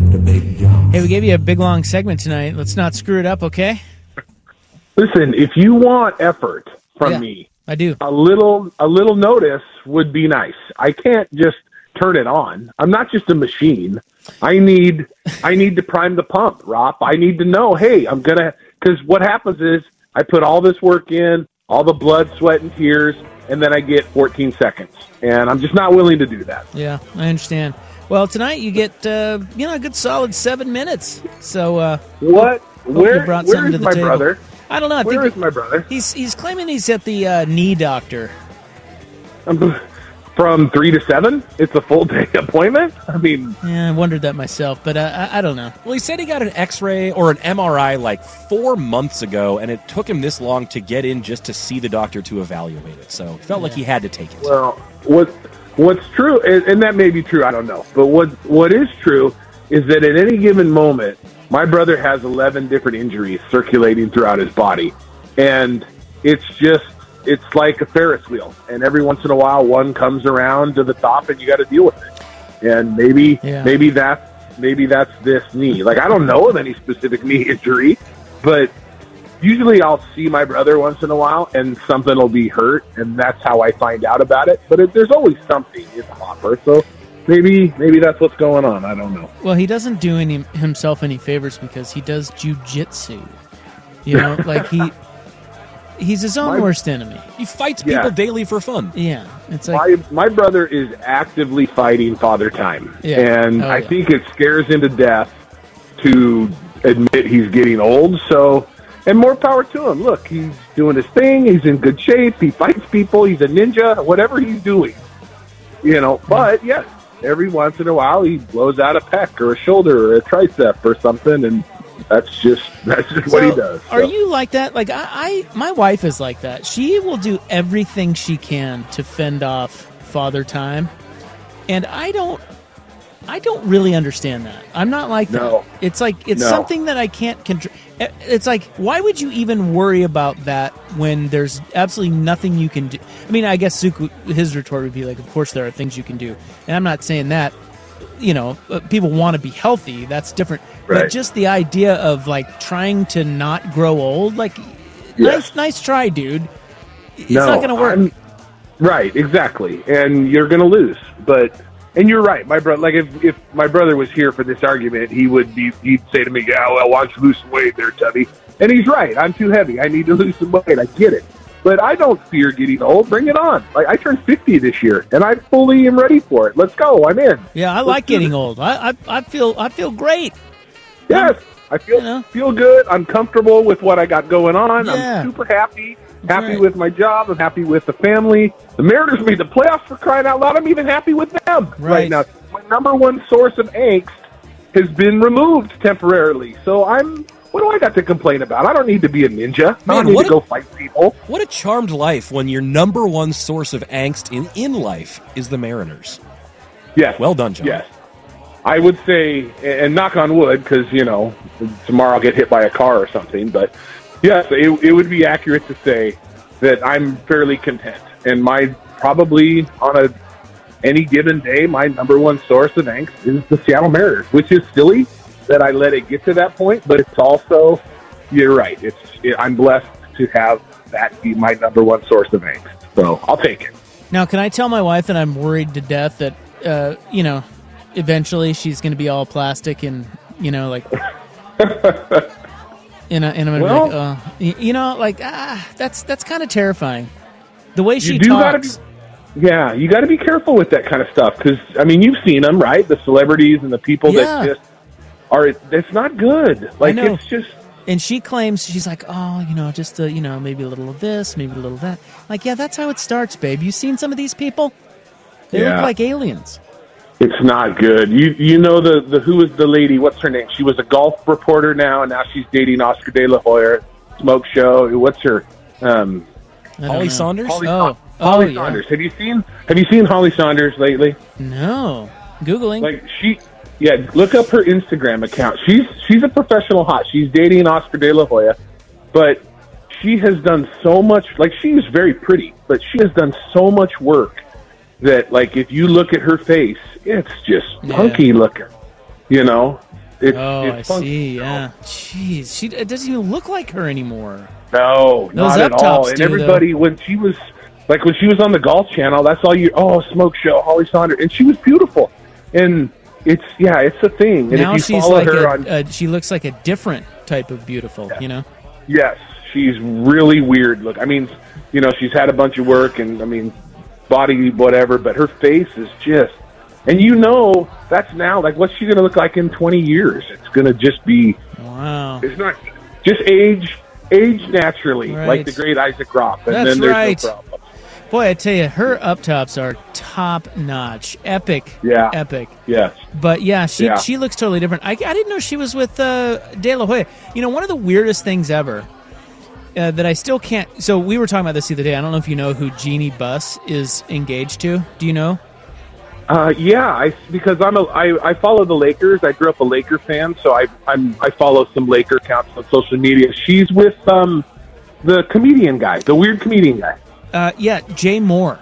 [SPEAKER 9] Hey, we gave you a big long segment tonight. Let's not screw it up, okay?
[SPEAKER 16] Listen, if you want effort from
[SPEAKER 9] Yeah.
[SPEAKER 16] me,
[SPEAKER 9] I do.
[SPEAKER 16] a little a little notice would be nice. I can't just turn it on. I'm not just a machine. I need I need to prime the pump, Rop. I need to know, hey, I'm gonna because what happens is I put all this work in, all the blood, sweat, and tears, and then I get 14 seconds, and I'm just not willing to do that.
[SPEAKER 9] Yeah, I understand. Well, tonight you get uh, you know a good solid seven minutes. So uh,
[SPEAKER 16] what?
[SPEAKER 9] Hope
[SPEAKER 16] Where-
[SPEAKER 9] you brought
[SPEAKER 16] where
[SPEAKER 9] something
[SPEAKER 16] is
[SPEAKER 9] to the
[SPEAKER 16] my
[SPEAKER 9] table.
[SPEAKER 16] brother?
[SPEAKER 9] I don't know. I
[SPEAKER 16] Where
[SPEAKER 9] think
[SPEAKER 16] is my brother?
[SPEAKER 9] He's he's claiming he's at the uh, knee doctor.
[SPEAKER 16] I'm- From three to seven, it's a full day appointment. I mean,
[SPEAKER 9] Yeah, I wondered that myself, but uh, I, I don't know.
[SPEAKER 10] Well, he said he got an x ray or an MRI like four months ago, and it took him this long to get in just to see the doctor to evaluate it. So it felt like he had to take it.
[SPEAKER 16] Well, what what's true, and, and that may be true. I don't know, but what what is true is that at any given moment, my brother has eleven different injuries circulating throughout his body, and it's just it's like a Ferris wheel, and every once in a while, one comes around to the top, and you got to deal with it. And maybe
[SPEAKER 17] Yeah.
[SPEAKER 16] maybe that's maybe that's this knee. Like I don't know of any specific knee injury, but usually I'll see my brother once in a while and something will be hurt and that's how I find out about it. But it, there's always something in the hopper. So maybe maybe that's what's going on. I don't know.
[SPEAKER 9] Well, he doesn't do any himself any favors because he does jujitsu. You know, like he he's his own
[SPEAKER 16] My-
[SPEAKER 9] worst enemy.
[SPEAKER 10] He fights
[SPEAKER 16] Yeah.
[SPEAKER 10] people daily for fun.
[SPEAKER 9] Yeah, it's like
[SPEAKER 16] my, my brother is actively fighting father time.
[SPEAKER 9] Yeah.
[SPEAKER 16] And
[SPEAKER 9] Oh,
[SPEAKER 16] I
[SPEAKER 9] yeah.
[SPEAKER 16] think it scares him to death to admit he's getting old. So and more power to him. Look, he's doing his thing. He's in good shape. He fights people. He's a ninja. Whatever he's doing, you know. But yes, every once in a while he blows out a pec or a shoulder or a tricep or something, and that's just that's just what he
[SPEAKER 9] So,
[SPEAKER 16] does.
[SPEAKER 9] Are
[SPEAKER 16] So,
[SPEAKER 9] you like that? Like I, I, my wife is like that. She will do everything she can to fend off father time, and I don't, I don't really understand that. I'm not like
[SPEAKER 16] No.
[SPEAKER 9] that. It's like it's
[SPEAKER 16] No.
[SPEAKER 9] something that I can't control. It's like why would you even worry about that when there's absolutely nothing you can do? I mean, I guess Zuko, his retort would be like, "Of course there are things you can do," and I'm not saying that. You know, uh, people want to be healthy. That's different. But
[SPEAKER 16] Right.
[SPEAKER 9] just the idea of like trying to not grow old, like nice, nice try, dude. It's
[SPEAKER 16] No,
[SPEAKER 9] not going to work.
[SPEAKER 16] I'm- right, exactly, and you're going to lose. But and you're right, my brother. Like if if my brother was here for this argument, he would be. He'd say to me, "Yeah, well, why don't you lose some weight there, Tubby?" And he's right. I'm too heavy. I need to lose some weight. I get it. But I don't fear getting old. Bring it on. Like I turned 50 this year, and I fully am ready for it. Let's go. I'm in.
[SPEAKER 9] yeah, I
[SPEAKER 16] Let's
[SPEAKER 9] like
[SPEAKER 16] do
[SPEAKER 9] getting
[SPEAKER 16] this.
[SPEAKER 9] old. I, I, I feel, I feel great.
[SPEAKER 16] Yes, I feel feel good. I'm comfortable with what I got going on.
[SPEAKER 9] Yeah.
[SPEAKER 16] I'm super happy. Happy with my job. I'm happy with the family. The Mariners made the playoffs for crying out loud. I'm even happy with them right,
[SPEAKER 9] Right.
[SPEAKER 16] now. My number one source of angst has been removed temporarily. So I'm. What do I got to complain about? I don't need to be a ninja. I
[SPEAKER 10] Man,
[SPEAKER 16] don't need
[SPEAKER 10] what
[SPEAKER 16] to
[SPEAKER 10] a-
[SPEAKER 16] go fight people.
[SPEAKER 10] What a charmed life when your number one source of angst in, in life is the Mariners.
[SPEAKER 16] Yes.
[SPEAKER 10] Well done, John.
[SPEAKER 16] Yes. I would say, and knock on wood, because you know tomorrow I'll get hit by a car or something. But yes, it, it would be accurate to say that I'm fairly content, and my probably on a any given day, my number one source of angst is the Seattle Mariners, which is silly that I let it get to that point. But it's also, you're right. It's it, I'm blessed to have that be my number one source of angst. So I'll take it.
[SPEAKER 9] Now, can I tell my wife that I'm worried to death that, uh, you know, eventually she's going to be all plastic and, you know, like, and, I, and I'm going to
[SPEAKER 16] Well-
[SPEAKER 9] be like, uh, y- you know, like, ah, that's that's kind of terrifying. The way she
[SPEAKER 16] you do gotta
[SPEAKER 9] talks.
[SPEAKER 16] be, yeah, you got to be careful with that kind of stuff because I mean, you've seen them, right? The celebrities and the people that
[SPEAKER 9] Yeah.
[SPEAKER 16] just are. It's not good. Like
[SPEAKER 9] know.
[SPEAKER 16] it's just
[SPEAKER 9] and she claims she's like, oh, you know, just uh, you know, maybe a little of this, maybe a little of that. Like, yeah, that's how it starts, babe. You seen some of these people? They
[SPEAKER 16] Yeah.
[SPEAKER 9] look like aliens.
[SPEAKER 16] It's not good. You you know the the who is the lady? What's her name? She was a golf reporter now, and now she's dating Oscar De La Hoya. Smoke show. What's her? Um,
[SPEAKER 9] Holly Saunders?
[SPEAKER 16] Holly,
[SPEAKER 9] oh.
[SPEAKER 16] Holly
[SPEAKER 9] oh, yeah.
[SPEAKER 16] Saunders. Have you seen Have you seen Holly Saunders lately?
[SPEAKER 9] No. Googling.
[SPEAKER 16] Like she, yeah. Look up her Instagram account. She's she's a professional hot. She's dating Oscar De La Hoya, but she has done so much. Like she is very pretty, but she has done so much work that like if you look at her face, it's just
[SPEAKER 9] Yeah.
[SPEAKER 16] punky looking. You know, it's
[SPEAKER 9] oh, I
[SPEAKER 16] it's funky.
[SPEAKER 9] see. Yeah. Jeez, she it doesn't even look like her anymore.
[SPEAKER 16] No,
[SPEAKER 9] Those
[SPEAKER 16] not at
[SPEAKER 9] up
[SPEAKER 16] all.
[SPEAKER 9] tops
[SPEAKER 16] and
[SPEAKER 9] do,
[SPEAKER 16] everybody, when she was like when she was on the golf channel, that's all you. Oh, smoke show, Holly Saunders, and she was beautiful. And it's yeah, it's a thing. And
[SPEAKER 9] now
[SPEAKER 16] if you
[SPEAKER 9] she's
[SPEAKER 16] follow
[SPEAKER 9] like
[SPEAKER 16] her
[SPEAKER 9] a,
[SPEAKER 16] on,
[SPEAKER 9] a- she looks like a different type of beautiful, you know?
[SPEAKER 16] yes, she's really weird. Look, I mean, you know, she's had a bunch of work, and I mean, body whatever, but her face is just. And you know, that's now like what's she going to look like in twenty years? It's going to just be
[SPEAKER 9] Wow.
[SPEAKER 16] It's not just age, age naturally,
[SPEAKER 9] Right.
[SPEAKER 16] like the great Isaac Roth, and
[SPEAKER 9] That's
[SPEAKER 16] then there's
[SPEAKER 9] right.
[SPEAKER 16] no problem.
[SPEAKER 9] Boy, I tell you, her up tops are top notch. Epic.
[SPEAKER 16] Yeah.
[SPEAKER 9] Epic.
[SPEAKER 16] Yes.
[SPEAKER 9] But yeah, she
[SPEAKER 16] Yeah.
[SPEAKER 9] she looks totally different. I, I didn't know she was with uh, De La Hoya. You know, one of the weirdest things ever uh, that I still can't. So we were talking about this the other day. I don't know if you know who Jeannie Buss is engaged to. Do you know?
[SPEAKER 16] Uh, yeah, I because I'm a I, I follow the Lakers. I grew up a Laker fan, so I I'm I follow some Laker accounts on social media. She's with um the comedian guy, the weird comedian guy.
[SPEAKER 9] Uh, yeah, Jay Moore.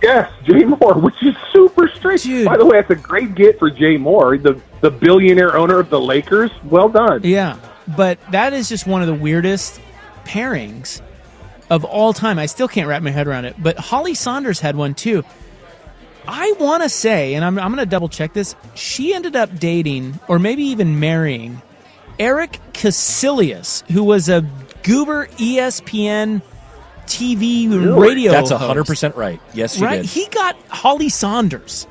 [SPEAKER 16] Yes, Jay Moore, which is super strange. By the way, that's a great get for Jay Moore, the the billionaire owner of the Lakers. Well done.
[SPEAKER 9] Yeah, but that is just one of the weirdest pairings of all time. I still can't wrap my head around it. But Holly Saunders had one too. I want to say, and I'm, I'm going to double check this. She ended up dating, or maybe even marrying, Eric Casilius, who was a goober E ESPN TV radio.
[SPEAKER 10] That's
[SPEAKER 9] host.
[SPEAKER 10] 100% right. Yes, you
[SPEAKER 9] right?
[SPEAKER 10] did.
[SPEAKER 9] He got Holly Saunders.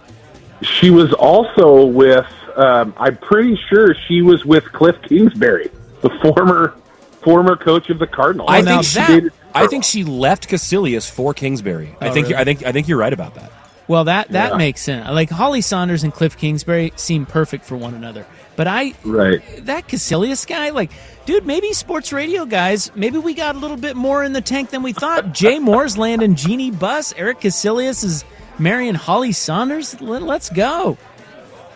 [SPEAKER 16] She was also with, um, I'm pretty sure she was with Cliff Kingsbury, the former former coach of the Cardinals.
[SPEAKER 10] I think she
[SPEAKER 16] did.
[SPEAKER 10] I think she left Casilius for Kingsbury. I
[SPEAKER 9] Oh,
[SPEAKER 10] think
[SPEAKER 9] really?
[SPEAKER 10] I think I think you're right about that.
[SPEAKER 9] Well, that that
[SPEAKER 10] Yeah.
[SPEAKER 9] makes sense. Like Holly Saunders and Cliff Kingsbury seem perfect for one another. But I
[SPEAKER 16] Right.
[SPEAKER 9] that Casilius guy, like, dude, maybe sports radio guys, maybe we got a little bit more in the tank than we thought. Jay Moore's landing Jeannie Buss. Eric Casilius is marrying Holly Saunders. Let, let's go.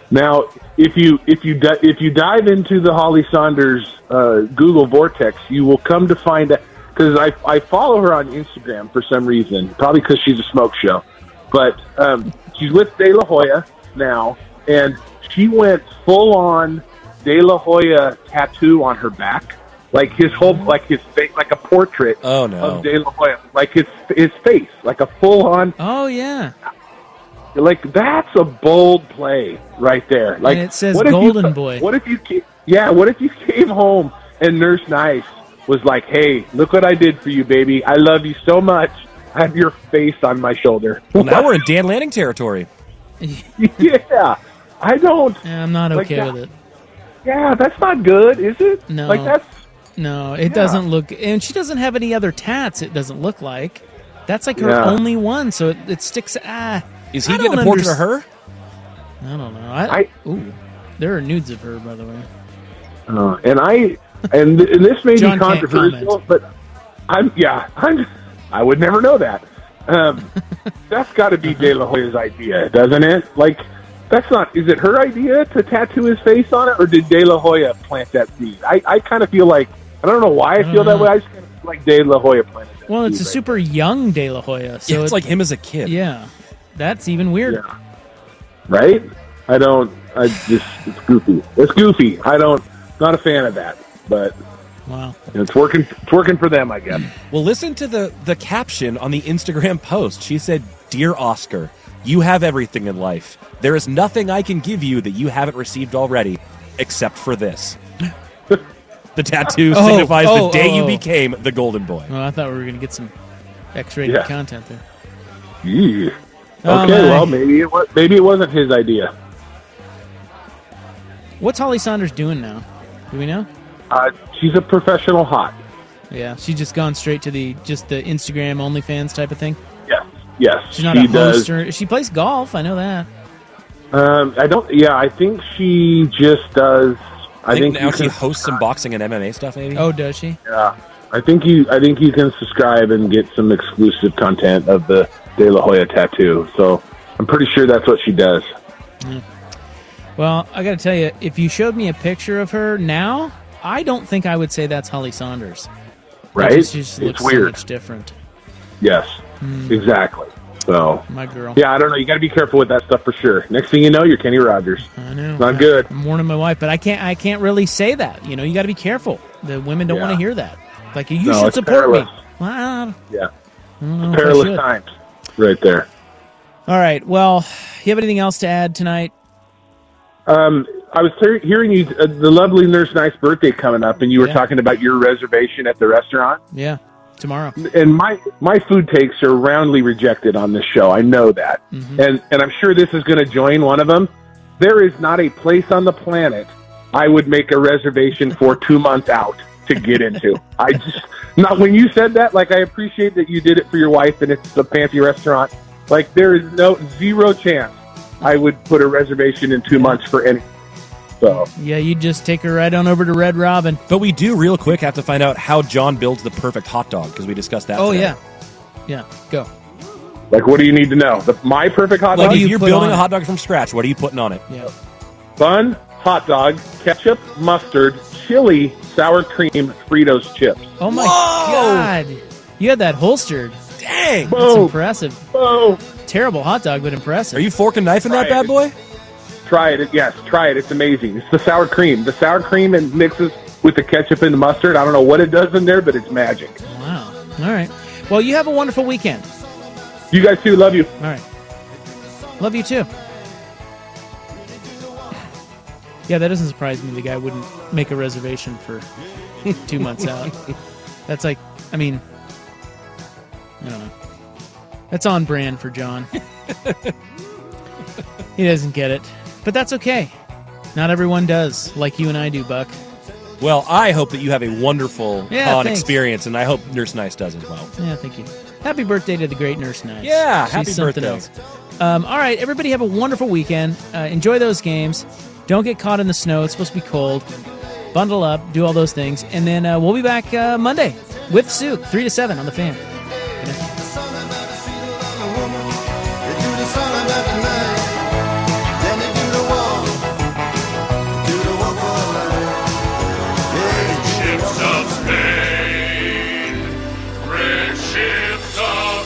[SPEAKER 16] Now, if you if you di- if you dive into the Holly Saunders uh, Google vortex, you will come to find that because I I follow her on Instagram for some reason, probably because she's a smoke show, but um, she's with De La Hoya now, and she went full on De La Hoya tattoo on her back, like his whole
[SPEAKER 9] Mm-hmm.
[SPEAKER 16] like his face, like a portrait.
[SPEAKER 10] Oh no.
[SPEAKER 16] Of De La Hoya, like his his face, like a full on.
[SPEAKER 9] Oh yeah.
[SPEAKER 16] Like that's a bold play right there. Like
[SPEAKER 9] and it says
[SPEAKER 16] if you-
[SPEAKER 9] Golden Boy.
[SPEAKER 16] what if you ca- yeah, what if you came home and Nurse Nice was like, "Hey, look what I did for you, baby. I love you so much. I have your face on my shoulder."
[SPEAKER 10] Well, now we're in Dan Lanning territory.
[SPEAKER 16] yeah. I don't
[SPEAKER 9] Yeah, I'm not
[SPEAKER 16] Like
[SPEAKER 9] okay
[SPEAKER 16] that-
[SPEAKER 9] with it.
[SPEAKER 16] Yeah, that's not good, is it?
[SPEAKER 9] No.
[SPEAKER 16] Like that's
[SPEAKER 9] No, it
[SPEAKER 16] Yeah.
[SPEAKER 9] doesn't look. And she doesn't have any other tats. It doesn't look like. That's like her
[SPEAKER 10] Yeah.
[SPEAKER 9] only one. So it, it sticks. Ah,
[SPEAKER 10] Is he
[SPEAKER 9] I
[SPEAKER 10] getting
[SPEAKER 9] don't
[SPEAKER 10] a portrait
[SPEAKER 9] underst-
[SPEAKER 10] of her?
[SPEAKER 9] I don't know. I, ooh, there are nudes of her, by the way.
[SPEAKER 16] uh, and I and, th- and this may
[SPEAKER 9] John
[SPEAKER 16] be
[SPEAKER 9] can't
[SPEAKER 16] controversial, but I'm yeah, I'm I would never know that. Um, that's got to be De La Hoya's idea, doesn't it? Like that's not is it her idea to tattoo his face on it, or did De La Hoya plant that seed? I I kind of feel like I don't know why I feel
[SPEAKER 10] Mm.
[SPEAKER 16] that way. I just kind of feel like De La Hoya planted. it.
[SPEAKER 9] Well, it's a super young De La Hoya. So
[SPEAKER 16] Yeah, it's like
[SPEAKER 10] him as a kid.
[SPEAKER 9] Yeah, that's even weirder.
[SPEAKER 16] right? I don't. I just it's goofy. It's goofy. I don't. Not a fan of that, but
[SPEAKER 9] Wow.
[SPEAKER 16] it's working. It's working for them, I guess.
[SPEAKER 10] Well, listen to the the caption on the Instagram post. She said, "Dear Oscar, you have everything in life. There is nothing I can give you that you haven't received already, except for this." the tattoo
[SPEAKER 9] Oh,
[SPEAKER 10] signifies
[SPEAKER 9] oh,
[SPEAKER 10] the day
[SPEAKER 9] oh,
[SPEAKER 10] you
[SPEAKER 9] oh.
[SPEAKER 10] became the Golden Boy.
[SPEAKER 9] Well, I thought we were going to get some X-rated
[SPEAKER 16] Yeah.
[SPEAKER 9] content there.
[SPEAKER 16] Yeah.
[SPEAKER 9] Oh,
[SPEAKER 16] okay,
[SPEAKER 9] my.
[SPEAKER 16] well maybe it was, maybe it wasn't his idea.
[SPEAKER 9] What's Holly Saunders doing now? Do we know?
[SPEAKER 16] Uh, she's a professional hot.
[SPEAKER 9] Yeah, she's just gone straight to the just the Instagram OnlyFans type of thing.
[SPEAKER 16] Yes, yes.
[SPEAKER 9] She's not
[SPEAKER 16] she
[SPEAKER 9] a host
[SPEAKER 16] does.
[SPEAKER 9] or she plays golf. I know that.
[SPEAKER 16] Um, I don't. Yeah, I think she just does. I, think,
[SPEAKER 10] now
[SPEAKER 16] you
[SPEAKER 10] she
[SPEAKER 16] can,
[SPEAKER 10] hosts some boxing and MMA stuff, maybe.
[SPEAKER 9] Oh, does she?
[SPEAKER 16] Yeah, I think you. I think you can subscribe and get some exclusive content of the De La Hoya tattoo. So I'm pretty sure that's what she does.
[SPEAKER 9] Well, I got to tell you, if you showed me a picture of her now, I don't think I would say that's Holly Saunders.
[SPEAKER 16] Right?
[SPEAKER 9] It just, it just
[SPEAKER 16] It's
[SPEAKER 9] looks
[SPEAKER 16] weird.
[SPEAKER 9] so much different.
[SPEAKER 16] Yes,
[SPEAKER 9] Hmm.
[SPEAKER 16] exactly. So
[SPEAKER 9] My girl.
[SPEAKER 16] yeah, I don't know. You got to be careful with that stuff for sure. Next thing you know, you're Kenny Rogers.
[SPEAKER 9] I know.
[SPEAKER 16] Not good.
[SPEAKER 9] I'm warning my wife, but I can't. I can't really say that. You know, you got to be careful. The women don't
[SPEAKER 16] Yeah.
[SPEAKER 9] want to hear that. Like you
[SPEAKER 16] No,
[SPEAKER 9] should
[SPEAKER 16] it's
[SPEAKER 9] support me.
[SPEAKER 16] perilous.
[SPEAKER 9] Well, I don't-
[SPEAKER 16] Yeah,
[SPEAKER 9] I don't know if I
[SPEAKER 16] perilous
[SPEAKER 9] should.
[SPEAKER 16] times, right there.
[SPEAKER 9] All right. Well, you have anything else to add tonight?
[SPEAKER 16] Um, I was hear- hearing you, uh, the lovely Nurse Nice birthday coming up, and you were
[SPEAKER 9] Yeah.
[SPEAKER 16] talking about your reservation at the restaurant.
[SPEAKER 9] Yeah. Tomorrow.
[SPEAKER 16] And my my food takes are roundly rejected on this show. I know that, and and I'm sure this is going to join one of them. There is not a place on the planet I would make a reservation for two months out to get into. I just not when you said that. Like I appreciate that you did it for your wife, and it's a fancy restaurant. Like there is no zero chance I would put a reservation in two months for any. So.
[SPEAKER 9] Yeah, you just take her right on over to Red Robin.
[SPEAKER 10] But we do real quick have to find out how John builds the perfect hot dog because we discussed that.
[SPEAKER 9] oh
[SPEAKER 10] today.
[SPEAKER 9] yeah. Yeah. Go.
[SPEAKER 16] Like, what do you need to know? The, my perfect hot
[SPEAKER 10] Like
[SPEAKER 16] dog.
[SPEAKER 10] if you're building a hot dog from scratch, what are you putting on it?
[SPEAKER 9] Yeah.
[SPEAKER 16] bun, hot dog, ketchup, mustard, chili, sour cream, Fritos chips.
[SPEAKER 9] Oh my god. You had that holstered.
[SPEAKER 10] Dang.
[SPEAKER 9] That's impressive.
[SPEAKER 16] Whoa.
[SPEAKER 9] Terrible hot dog, but impressive. Are you
[SPEAKER 10] fork and knife in that bad boy?
[SPEAKER 16] Try it. Yes, try it. It's amazing. It's the sour cream. The sour cream and mixes with the ketchup and the mustard. I don't know what it does in there, but it's magic.
[SPEAKER 9] Wow. All right. Well, you have a wonderful weekend.
[SPEAKER 16] You guys too. Love you.
[SPEAKER 9] All right. Love you too. Yeah, that doesn't surprise me. The guy wouldn't make a reservation for two months out. That's like, I mean, I don't know. That's on brand for John. he doesn't get it, but that's okay. Not everyone does, like you and I do, Buck.
[SPEAKER 10] Well, I hope that you have a wonderful
[SPEAKER 9] Yeah,
[SPEAKER 10] con
[SPEAKER 9] thanks.
[SPEAKER 10] experience, and I hope Nurse Nice does as well.
[SPEAKER 9] Yeah, thank you. Happy birthday to the great Nurse Nice.
[SPEAKER 10] Yeah,
[SPEAKER 9] She's
[SPEAKER 10] happy
[SPEAKER 9] something
[SPEAKER 10] birthday.
[SPEAKER 9] else. Um, all right, everybody have a wonderful weekend. Uh, enjoy those games. Don't get caught in the snow. It's supposed to be cold. Bundle up, do all those things, and then uh, we'll be back uh, Monday with Sue, three to seven on the fan.
[SPEAKER 8] Ships of Spain, red ships of